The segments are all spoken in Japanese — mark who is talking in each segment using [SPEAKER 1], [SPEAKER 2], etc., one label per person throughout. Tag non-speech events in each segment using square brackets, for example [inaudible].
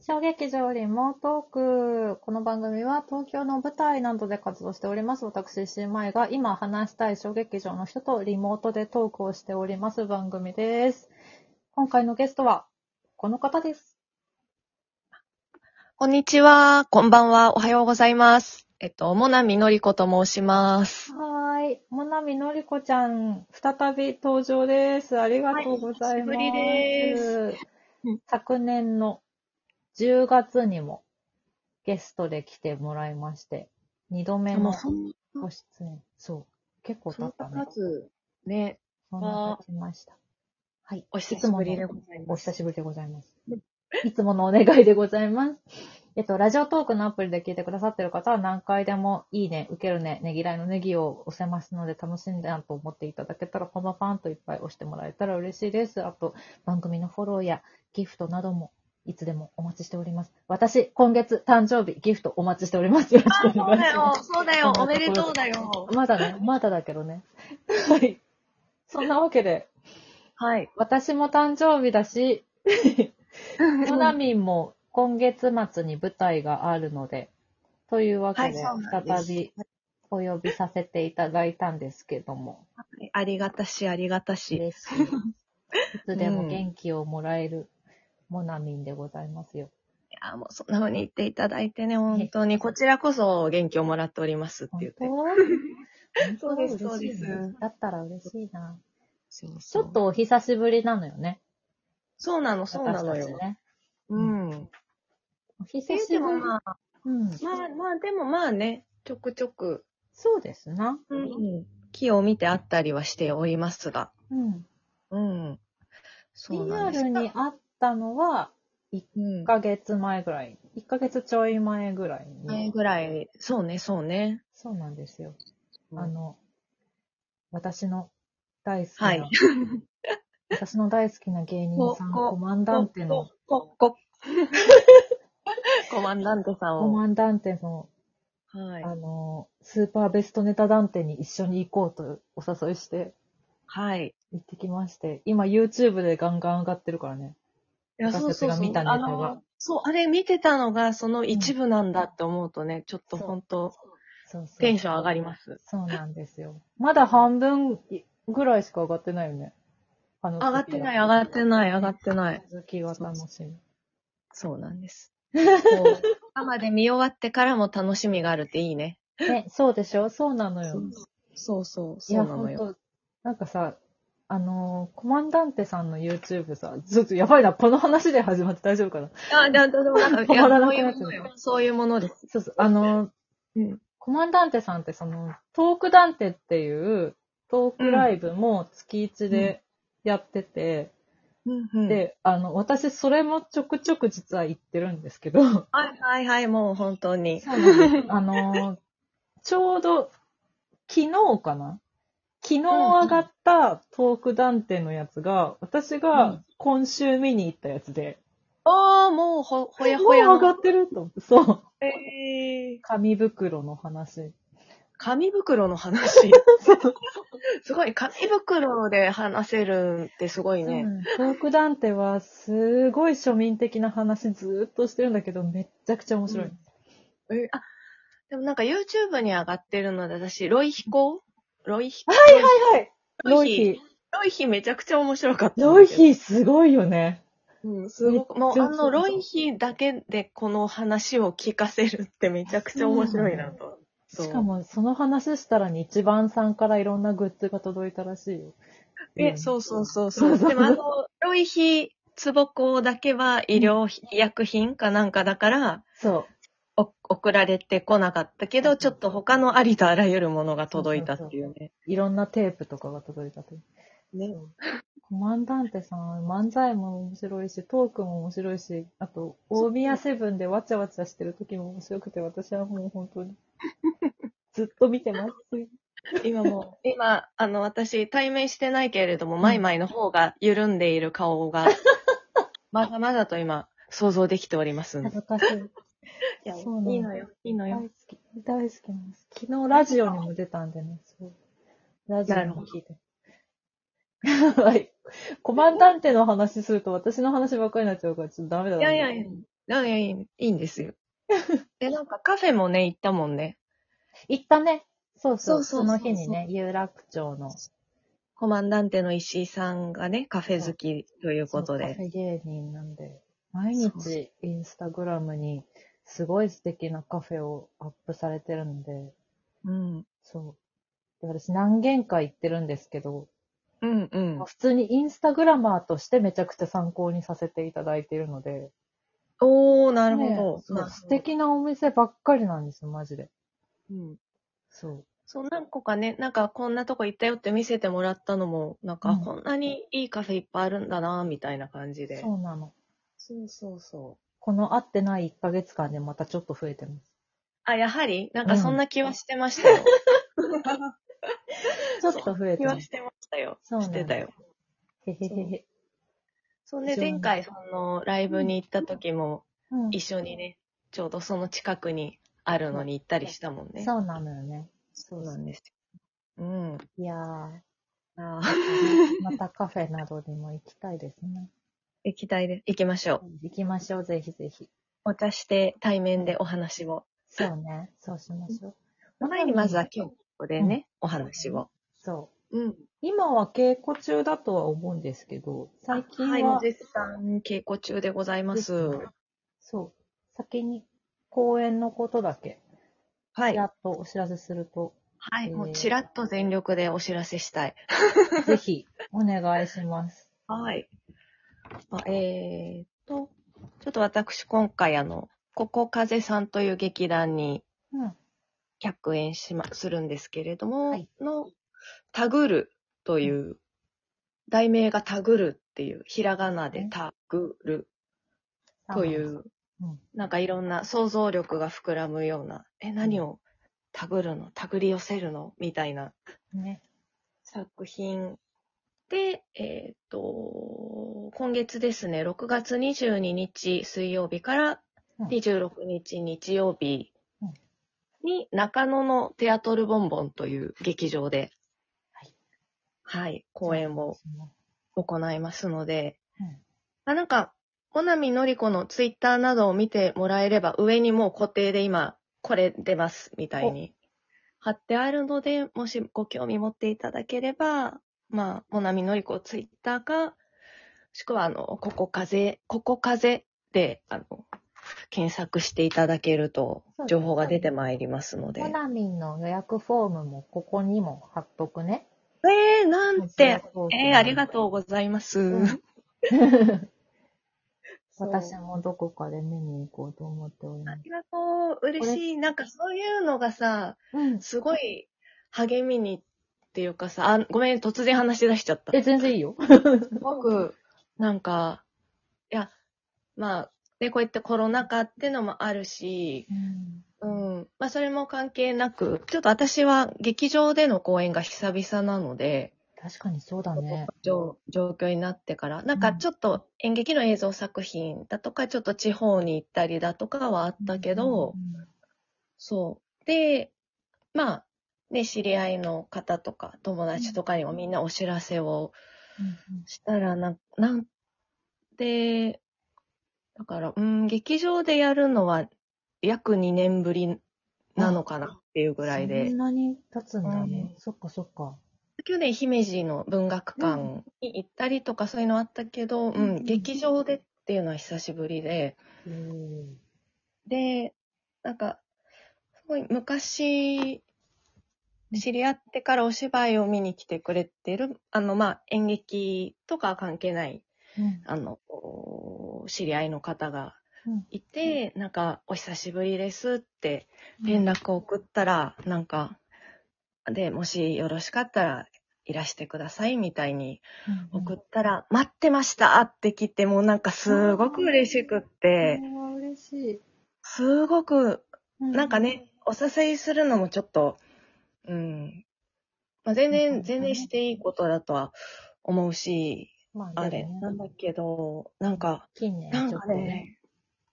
[SPEAKER 1] 小劇場リモートーク。この番組は東京の舞台などで活動しております。私、石井舞が今話したい小劇場の人とリモートでトークをしております番組です。今回のゲストは、この方です。
[SPEAKER 2] こんにちは。こんばんは。おはようございます。えっと、もなみのりこと申します。
[SPEAKER 1] はーい。もなみのりこちゃん、再び登場です。ありがとうございます。
[SPEAKER 2] はい久しぶうん
[SPEAKER 1] 昨年の10月にもゲストで来てもらいまして、2度目の
[SPEAKER 2] もう、そん
[SPEAKER 1] ご出演。そう。結構経
[SPEAKER 2] な
[SPEAKER 1] ったね。
[SPEAKER 2] つ、ね、
[SPEAKER 1] そんな経ちました。はい。
[SPEAKER 2] お久しぶりでござい
[SPEAKER 1] お
[SPEAKER 2] ます。
[SPEAKER 1] 久しぶりでございます。いつものお願いでございます。 [laughs] えっと、ラジオトークのアプリで聞いてくださってる方は何回でもいいね、受けるね、ねぎらいのネギを押せますので楽しんだと思っていただけたら、パパパンといっぱい押してもらえたら嬉しいです。あと、番組のフォローやギフトなどもいつでもお待ちしております。私、今月誕生日、ギフトお待ちしております。よろしくお願いします。
[SPEAKER 2] そうだ
[SPEAKER 1] よおめでとう
[SPEAKER 2] だよ。
[SPEAKER 1] まだね、まだだけどね。はい。そんなわけで、
[SPEAKER 2] はい。
[SPEAKER 1] 私も誕生日だし、モナミンも今月末に舞台があるので、というわけで
[SPEAKER 2] はいそうなん、です
[SPEAKER 1] 再びお呼びさせていただいたんですけども、
[SPEAKER 2] ありがたし、ありがたし。
[SPEAKER 1] 嬉
[SPEAKER 2] [laughs]
[SPEAKER 1] しい。いつでも元気をもらえるモナミンでございますよ。
[SPEAKER 2] いや、もうそんな風に言っていただいてね、本当に。こちらこそ元気をもらっておりますって言って。
[SPEAKER 1] 本当
[SPEAKER 2] そうですそう
[SPEAKER 1] 嬉
[SPEAKER 2] で
[SPEAKER 1] し
[SPEAKER 2] す
[SPEAKER 1] いねだったら嬉しいな。
[SPEAKER 2] そう
[SPEAKER 1] ち
[SPEAKER 2] そう
[SPEAKER 1] ょっ。とお久しぶりなのよね。
[SPEAKER 2] そうなの、そうなの
[SPEAKER 1] 私た
[SPEAKER 2] よ
[SPEAKER 1] ち。ね。
[SPEAKER 2] うん。
[SPEAKER 1] お久
[SPEAKER 2] で
[SPEAKER 1] しぶ
[SPEAKER 2] で
[SPEAKER 1] り。
[SPEAKER 2] もまあ、
[SPEAKER 1] うん。
[SPEAKER 2] まあまあ、でもまあね、ちょくちょく、
[SPEAKER 1] そうですな。
[SPEAKER 2] うん、木を見てあったりはしておりますが。
[SPEAKER 1] うん。
[SPEAKER 2] うん。そう
[SPEAKER 1] リ
[SPEAKER 2] な
[SPEAKER 1] ア
[SPEAKER 2] んです
[SPEAKER 1] ルに会ったのは、
[SPEAKER 2] うん
[SPEAKER 1] 1。ヶ月前ぐらい。1ヶ月ちょい前ぐらい
[SPEAKER 2] 前
[SPEAKER 1] に。
[SPEAKER 2] ぐらい、そうね、そうね。
[SPEAKER 1] そうなんですよ。
[SPEAKER 2] うん
[SPEAKER 1] あの、私の大好きな、
[SPEAKER 2] はい。
[SPEAKER 1] [laughs] 私の大好きな芸人さん、
[SPEAKER 2] ここ
[SPEAKER 1] コマンダンテの、
[SPEAKER 2] こ、こ。コマンダンテさん
[SPEAKER 1] コ
[SPEAKER 2] を。
[SPEAKER 1] マンダンテの、
[SPEAKER 2] はい。
[SPEAKER 1] あの、スーパーベストネタダンテに一緒に行こうとお誘いして、
[SPEAKER 2] はい。
[SPEAKER 1] 行ってきまして、今 YouTube でガンガン上がってるからね。
[SPEAKER 2] いや
[SPEAKER 1] 私たちが見たネタ
[SPEAKER 2] あ
[SPEAKER 1] が
[SPEAKER 2] の、そう、あれ見てたのがその一部なんだって思うとね、ちょっと
[SPEAKER 1] そう
[SPEAKER 2] 本当
[SPEAKER 1] そうそう。
[SPEAKER 2] テンション上がります。
[SPEAKER 1] そうなんですよ。まだ半分ぐらいしか上がってないよね。上
[SPEAKER 2] 上がってない、上がってない、上がってない。
[SPEAKER 1] 続きは楽しみ。
[SPEAKER 2] そうなんです。こう生で見終わってからも楽しみがあるっていいね。
[SPEAKER 1] ね、そうでしょそうなの
[SPEAKER 2] そ
[SPEAKER 1] よ
[SPEAKER 2] う。そうそう、
[SPEAKER 1] い
[SPEAKER 2] そう
[SPEAKER 1] や、
[SPEAKER 2] な
[SPEAKER 1] ほ
[SPEAKER 2] の
[SPEAKER 1] ん
[SPEAKER 2] よ。
[SPEAKER 1] と、なんかさ、あのーコマンダンテさんの YouTube さ、ちょっとやばいな、この話で始まって大丈夫かな。
[SPEAKER 2] あ、でも、でもなんか、い
[SPEAKER 1] 止ま
[SPEAKER 2] や
[SPEAKER 1] らな
[SPEAKER 2] そう
[SPEAKER 1] く
[SPEAKER 2] い
[SPEAKER 1] な
[SPEAKER 2] う
[SPEAKER 1] っちゃ
[SPEAKER 2] も
[SPEAKER 1] う
[SPEAKER 2] のよ。そういうものです。
[SPEAKER 1] そうそう、あのー
[SPEAKER 2] うん。
[SPEAKER 1] コマンダンテさんってその、トークダンテっていうトークライブも月1でやってて、
[SPEAKER 2] うん、
[SPEAKER 1] で、あの、私それもちょくちょく実は行ってるんですけど、
[SPEAKER 2] はいはいはい、もう本当に。
[SPEAKER 1] そうなんです。あのー、ちょうど、昨日かな昨日上がったトーク断定のやつが、私
[SPEAKER 2] う
[SPEAKER 1] が
[SPEAKER 2] ん
[SPEAKER 1] 今週見に行ったやつで、
[SPEAKER 2] ああ、もうほ、ほや
[SPEAKER 1] もう
[SPEAKER 2] ほや
[SPEAKER 1] 上が
[SPEAKER 2] の。
[SPEAKER 1] ってると思って、そう。
[SPEAKER 2] えー、
[SPEAKER 1] 紙袋の話。
[SPEAKER 2] 紙袋の話。 [laughs] すごい、紙袋で話せるってすごいね。
[SPEAKER 1] トーク断定は、すごい庶民的な話ずーっとしてるんだけど、めっちゃくちゃ面白い。
[SPEAKER 2] えあ、でもなんか YouTube に上がってるので、私、ロイヒコロイヒコ
[SPEAKER 1] はいはいロ
[SPEAKER 2] ロ
[SPEAKER 1] イ
[SPEAKER 2] イ
[SPEAKER 1] ヒ
[SPEAKER 2] ヒ
[SPEAKER 1] ー。
[SPEAKER 2] ロイヒめちゃくちゃ面白かった。
[SPEAKER 1] ロイヒーすごいよね。
[SPEAKER 2] うん、すごく、もう
[SPEAKER 1] めっちゃ
[SPEAKER 2] あの、ロイヒだけでこの話を聞かせるってめちゃくちゃ面白いなと。そう
[SPEAKER 1] しかも、その話したら日番さんからいろんなグッズが届いたらしいよ。
[SPEAKER 2] え、
[SPEAKER 1] う
[SPEAKER 2] そ
[SPEAKER 1] ん。
[SPEAKER 2] うそうそうそう。でも、あの、ロイヒツボコだけは医療ひ、医薬品かなんかだから、
[SPEAKER 1] そう。
[SPEAKER 2] お送られてこなかったけど、ちょっと他のありとあらゆるものが届いたっていうね。
[SPEAKER 1] いろんなテープとかが届いたという。
[SPEAKER 2] ね。
[SPEAKER 1] コマンダンテさん、漫才も面白いし、トークも面白いし、あと、大宮セブンでわちゃわちゃしてる時も面白くて、私はもう本 [laughs] 当に、ずっと見てます。
[SPEAKER 2] 今もう、今、あの、私、対面してないけれども、マイマイの方が緩んでいる顔が、まだまだと今、想像できておりますんで。 [laughs]
[SPEAKER 1] 恥ずかしい。
[SPEAKER 2] いや
[SPEAKER 1] そうなの
[SPEAKER 2] いいのよ、いいの
[SPEAKER 1] 大
[SPEAKER 2] よ。
[SPEAKER 1] 好き、大好きなんです。昨日ラジオにも出たんでね、そう。ラジオにも聞い [laughs] て。はい。コマンダンテの話すると私の話ばっかりになっちゃうから、ちょっとダメだ
[SPEAKER 2] い
[SPEAKER 1] な
[SPEAKER 2] やいやいや、やいやいいいいんで
[SPEAKER 1] [laughs]
[SPEAKER 2] すよ。で、なんかカフェもね、行ったもんね。
[SPEAKER 1] 行ったね。そうそう。
[SPEAKER 2] そ
[SPEAKER 1] そう
[SPEAKER 2] そうそうそ
[SPEAKER 1] の
[SPEAKER 2] う
[SPEAKER 1] 日にね、有楽町の。
[SPEAKER 2] コマンダンテの石井さんがね、カフェ好きということ
[SPEAKER 1] そうカフ
[SPEAKER 2] で。
[SPEAKER 1] ェ芸人なんで。毎
[SPEAKER 2] そう
[SPEAKER 1] 日インスタグラムにすごい素敵なカフェをアップされてるんで、
[SPEAKER 2] うん。
[SPEAKER 1] そう。で私何軒か行ってるんですけど、
[SPEAKER 2] うんうん
[SPEAKER 1] まあ。普通にインスタグラマーとしてめちゃくちゃ参考にさせていただいているので、
[SPEAKER 2] おー、なる
[SPEAKER 1] ね
[SPEAKER 2] ほ
[SPEAKER 1] そ
[SPEAKER 2] ど。な
[SPEAKER 1] う
[SPEAKER 2] るほ
[SPEAKER 1] 素
[SPEAKER 2] ど。
[SPEAKER 1] 敵なお店ばっかりなんですよ、マジで。
[SPEAKER 2] うん
[SPEAKER 1] そう。
[SPEAKER 2] そう、何個かね、なんかこんなとこ行ったよって見せてもらったのも、なんか
[SPEAKER 1] うん
[SPEAKER 2] こんなにいいカフェいっぱいあるんだな、みたいな感じで。
[SPEAKER 1] そうなの。
[SPEAKER 2] そうそうそう。
[SPEAKER 1] この会ってない1ヶ月間でまたちょっと増えてます。
[SPEAKER 2] あ、やはりなん
[SPEAKER 1] う
[SPEAKER 2] か
[SPEAKER 1] ん
[SPEAKER 2] そんな気はしてましたよ。
[SPEAKER 1] ちょっと増えて
[SPEAKER 2] 気
[SPEAKER 1] ま
[SPEAKER 2] は
[SPEAKER 1] す
[SPEAKER 2] し。てましたよ。
[SPEAKER 1] そうな
[SPEAKER 2] し
[SPEAKER 1] んです
[SPEAKER 2] てたよ。
[SPEAKER 1] へへへへ。
[SPEAKER 2] そうね、
[SPEAKER 1] 非常に
[SPEAKER 2] 前回そのライブに行った時も、
[SPEAKER 1] うん
[SPEAKER 2] 一緒にね、ちょうどその近くにあるのに行ったりしたもんね。
[SPEAKER 1] そうなのよね。
[SPEAKER 2] そうなんですよ。うん。
[SPEAKER 1] いや
[SPEAKER 2] [laughs]
[SPEAKER 1] ー、
[SPEAKER 2] ああ、
[SPEAKER 1] またカフェなどにも行きたいですね。
[SPEAKER 2] 行きたいです。行きましょう。
[SPEAKER 1] 行きましょう、ぜひぜひ。
[SPEAKER 2] お茶して対面でお話を。
[SPEAKER 1] そうね、そうしましょう。
[SPEAKER 2] 前にまずは今日ここでね、お話を。
[SPEAKER 1] そう。
[SPEAKER 2] うん。
[SPEAKER 1] 今は稽古中だとは思うんですけど、最近
[SPEAKER 2] はい、
[SPEAKER 1] は、
[SPEAKER 2] もう絶賛稽古中でございます。
[SPEAKER 1] そう、先に公演のことだけ、
[SPEAKER 2] は
[SPEAKER 1] ち
[SPEAKER 2] い
[SPEAKER 1] ら。っとお知らせすると、
[SPEAKER 2] はい、もうちらっと全力でお知らせしたい。
[SPEAKER 1] ぜひお願いします。
[SPEAKER 2] はい。あえー、っと、ちょっと私今回あの、ここ風さんという劇団に
[SPEAKER 1] うん。
[SPEAKER 2] 客演しま、するんですけれども、
[SPEAKER 1] はい
[SPEAKER 2] の、タグルという、題名がタグルっていう、ひらがなでタグルとい。う、
[SPEAKER 1] うん
[SPEAKER 2] なんかいろんな想像力が膨らむような、え、何をタグるのタグり寄せるのみたいな
[SPEAKER 1] ね。
[SPEAKER 2] 作品で、えっ、と、今月ですね、6月22日水曜日から
[SPEAKER 1] うん
[SPEAKER 2] 26日日曜日
[SPEAKER 1] うん
[SPEAKER 2] に中野のテアトルボンボンという劇場で、
[SPEAKER 1] はい
[SPEAKER 2] はい、公演を行いますので、
[SPEAKER 1] うん
[SPEAKER 2] あなんか、小波のりこのツイッターなどを見てもらえれば、上にもう固定で今、これ出ます、みたいに貼ってあるので、もしご興味持っていただければ、まあ、小波のりこツイッターか、もしくは、あの、ここ風、ここ風で、あの、検索していただけると
[SPEAKER 1] そう、です
[SPEAKER 2] 情報が出てまいりますので。
[SPEAKER 1] コナミンの予約フォームもここにも貼っとくね。
[SPEAKER 2] えー、なんて、えー、ありが
[SPEAKER 1] と
[SPEAKER 2] とうございます。
[SPEAKER 1] ん私もどこかで見に行こうと思っておりま
[SPEAKER 2] あ
[SPEAKER 1] す。
[SPEAKER 2] りがとう。嬉しい。なんかそういうのがさ、
[SPEAKER 1] うん。
[SPEAKER 2] すごい励みにっていうかさ、あごめん、突然話し出しちゃった。
[SPEAKER 1] え、全然いいよ。
[SPEAKER 2] すごく、なんか、いや、まあ、で、こうやってコロナ禍ってのもあるし、うん。まあ、それも関係なく、ちょっと私は劇場での公演が久々なので、
[SPEAKER 1] 確かにそうだね。
[SPEAKER 2] 状状況になってから、なんかちょっと演劇の映像作品だとか、ちょっと地方に行ったりだとかはあったけど、そう。で、まあ、ね、知り合いの方とか、友達とかにもみんなお知らせを
[SPEAKER 1] うん、
[SPEAKER 2] したら、なん、なんで、だから、うん、劇場でやるのは約2年ぶりなのかなっていうぐらい
[SPEAKER 1] そ
[SPEAKER 2] で
[SPEAKER 1] ん、なに経つんだね。
[SPEAKER 2] う
[SPEAKER 1] そっかそっか。
[SPEAKER 2] 去年姫路の文学館に行ったりとかそういうのあったけど、うん、
[SPEAKER 1] うん
[SPEAKER 2] 劇場でっていうのは久しぶりで、
[SPEAKER 1] うん
[SPEAKER 2] で、なんか、すごい昔、知り合ってからお芝居を見に来てくれてる、あの、まあ、演劇とかは関係ない、
[SPEAKER 1] うん
[SPEAKER 2] あの、お知り合いの方が
[SPEAKER 1] うん
[SPEAKER 2] いて、なんか、お久しぶりですって連絡を送ったら、なんか、で、もしよろしかったら、いらしてくださいみたいに送ったら、待ってましたって来て、もうなんかすごく嬉しくって、
[SPEAKER 1] うんうんうわ嬉しい。
[SPEAKER 2] すごく
[SPEAKER 1] う
[SPEAKER 2] なんか、ね、お誘いするのもちょっと、うん。まあ、全然、全然していいことだとは思うし、
[SPEAKER 1] まあ、
[SPEAKER 2] あ
[SPEAKER 1] で
[SPEAKER 2] れ
[SPEAKER 1] も、ね
[SPEAKER 2] なんだけど、なんか、
[SPEAKER 1] 近年
[SPEAKER 2] なん
[SPEAKER 1] ちょっ
[SPEAKER 2] か
[SPEAKER 1] とね。
[SPEAKER 2] ね、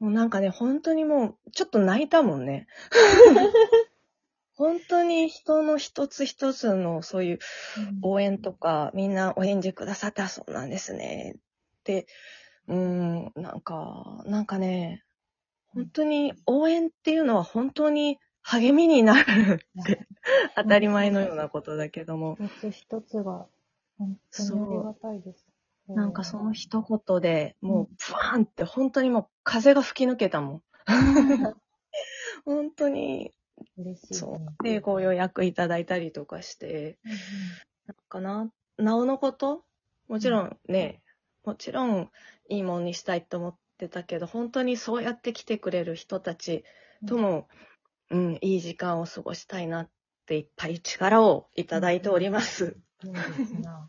[SPEAKER 2] もうなんかね、本当にもう、ちょっと泣いたも
[SPEAKER 1] [laughs]
[SPEAKER 2] んね。本当に人の一つ一つのそういう
[SPEAKER 1] うん
[SPEAKER 2] 応援とか、みんなお返事くださってあそうなんですね。って、うん、なんか、なんかね、本当に応援っていうのは本当に励みになる [laughs] って当たり前のようなことだけども、
[SPEAKER 1] 一つ一つが、本当にありがたいです。
[SPEAKER 2] なんかその一言でもうブワーンって本当にもう風が吹き抜けたもん。本当に、
[SPEAKER 1] 嬉しい、ね。
[SPEAKER 2] そう。で、ご予約いただいたりとかして、
[SPEAKER 1] うんうん
[SPEAKER 2] なんかな、なおのこともちろんね、もちろんいいもんにしたいと思ってたけど、本当にそうやって来てくれる人たちとも、うん、いい時間を過ごしたいなっていっぱい力をいただいております。
[SPEAKER 1] いいですな。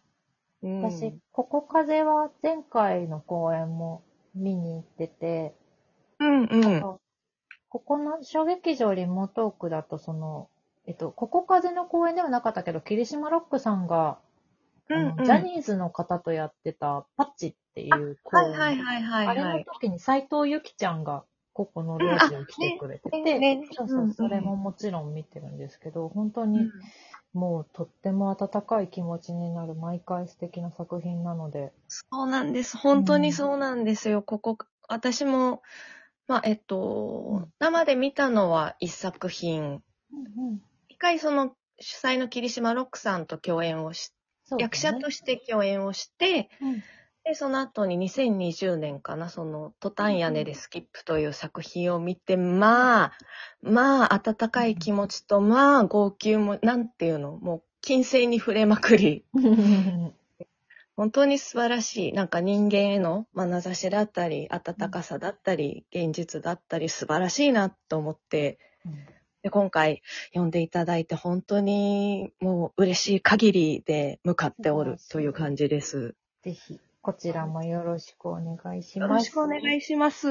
[SPEAKER 2] うん、
[SPEAKER 1] 私、ここ風は前回の公演も見に行ってて、
[SPEAKER 2] うんうん。
[SPEAKER 1] ここの小劇場よりも遠くだと、その、えっと、ここ風の公演ではなかったけど、霧島ロックさんが、あ
[SPEAKER 2] う
[SPEAKER 1] の
[SPEAKER 2] んうん、
[SPEAKER 1] ジャニーズの方とやってたパッチっていう公
[SPEAKER 2] はい
[SPEAKER 1] 演。
[SPEAKER 2] はいはいはい、
[SPEAKER 1] あ
[SPEAKER 2] は
[SPEAKER 1] れの
[SPEAKER 2] い。
[SPEAKER 1] 時に斎藤由貴ちゃんが、ここの路地を来てくれてて、
[SPEAKER 2] ね
[SPEAKER 1] そうそう、それももちろん見てるんですけど、本当にもうとっても温かい気持ちになる毎回素敵な作品なので。
[SPEAKER 2] そうなんです。本当にそうなんですよ。ここ、私も、まあ、えっと、
[SPEAKER 1] うん
[SPEAKER 2] 生で見たのは一作品。一回その主催の霧島ロックさんと共演をし、
[SPEAKER 1] そう
[SPEAKER 2] 役者と
[SPEAKER 1] し
[SPEAKER 2] して共演をして、
[SPEAKER 1] て、うん
[SPEAKER 2] で、その後に2020年かな、その、トタン屋根でスキップという作品を見て、まあ、まあ、温かい気持ちと、まあ、号泣も、なんていうの、もう、金星に触れまくり。
[SPEAKER 1] [laughs]
[SPEAKER 2] 本当に素晴らしい。なんか人間への眼差しだったり、温かさだったり、現実だったり、素晴らしいなと思って、で今回呼んでいただいて本当にもう嬉しい限りで向かっておるという感じです。
[SPEAKER 1] ぜひ、こちらもよろしくお願いし
[SPEAKER 2] よ
[SPEAKER 1] ます。
[SPEAKER 2] ろしくお願いします。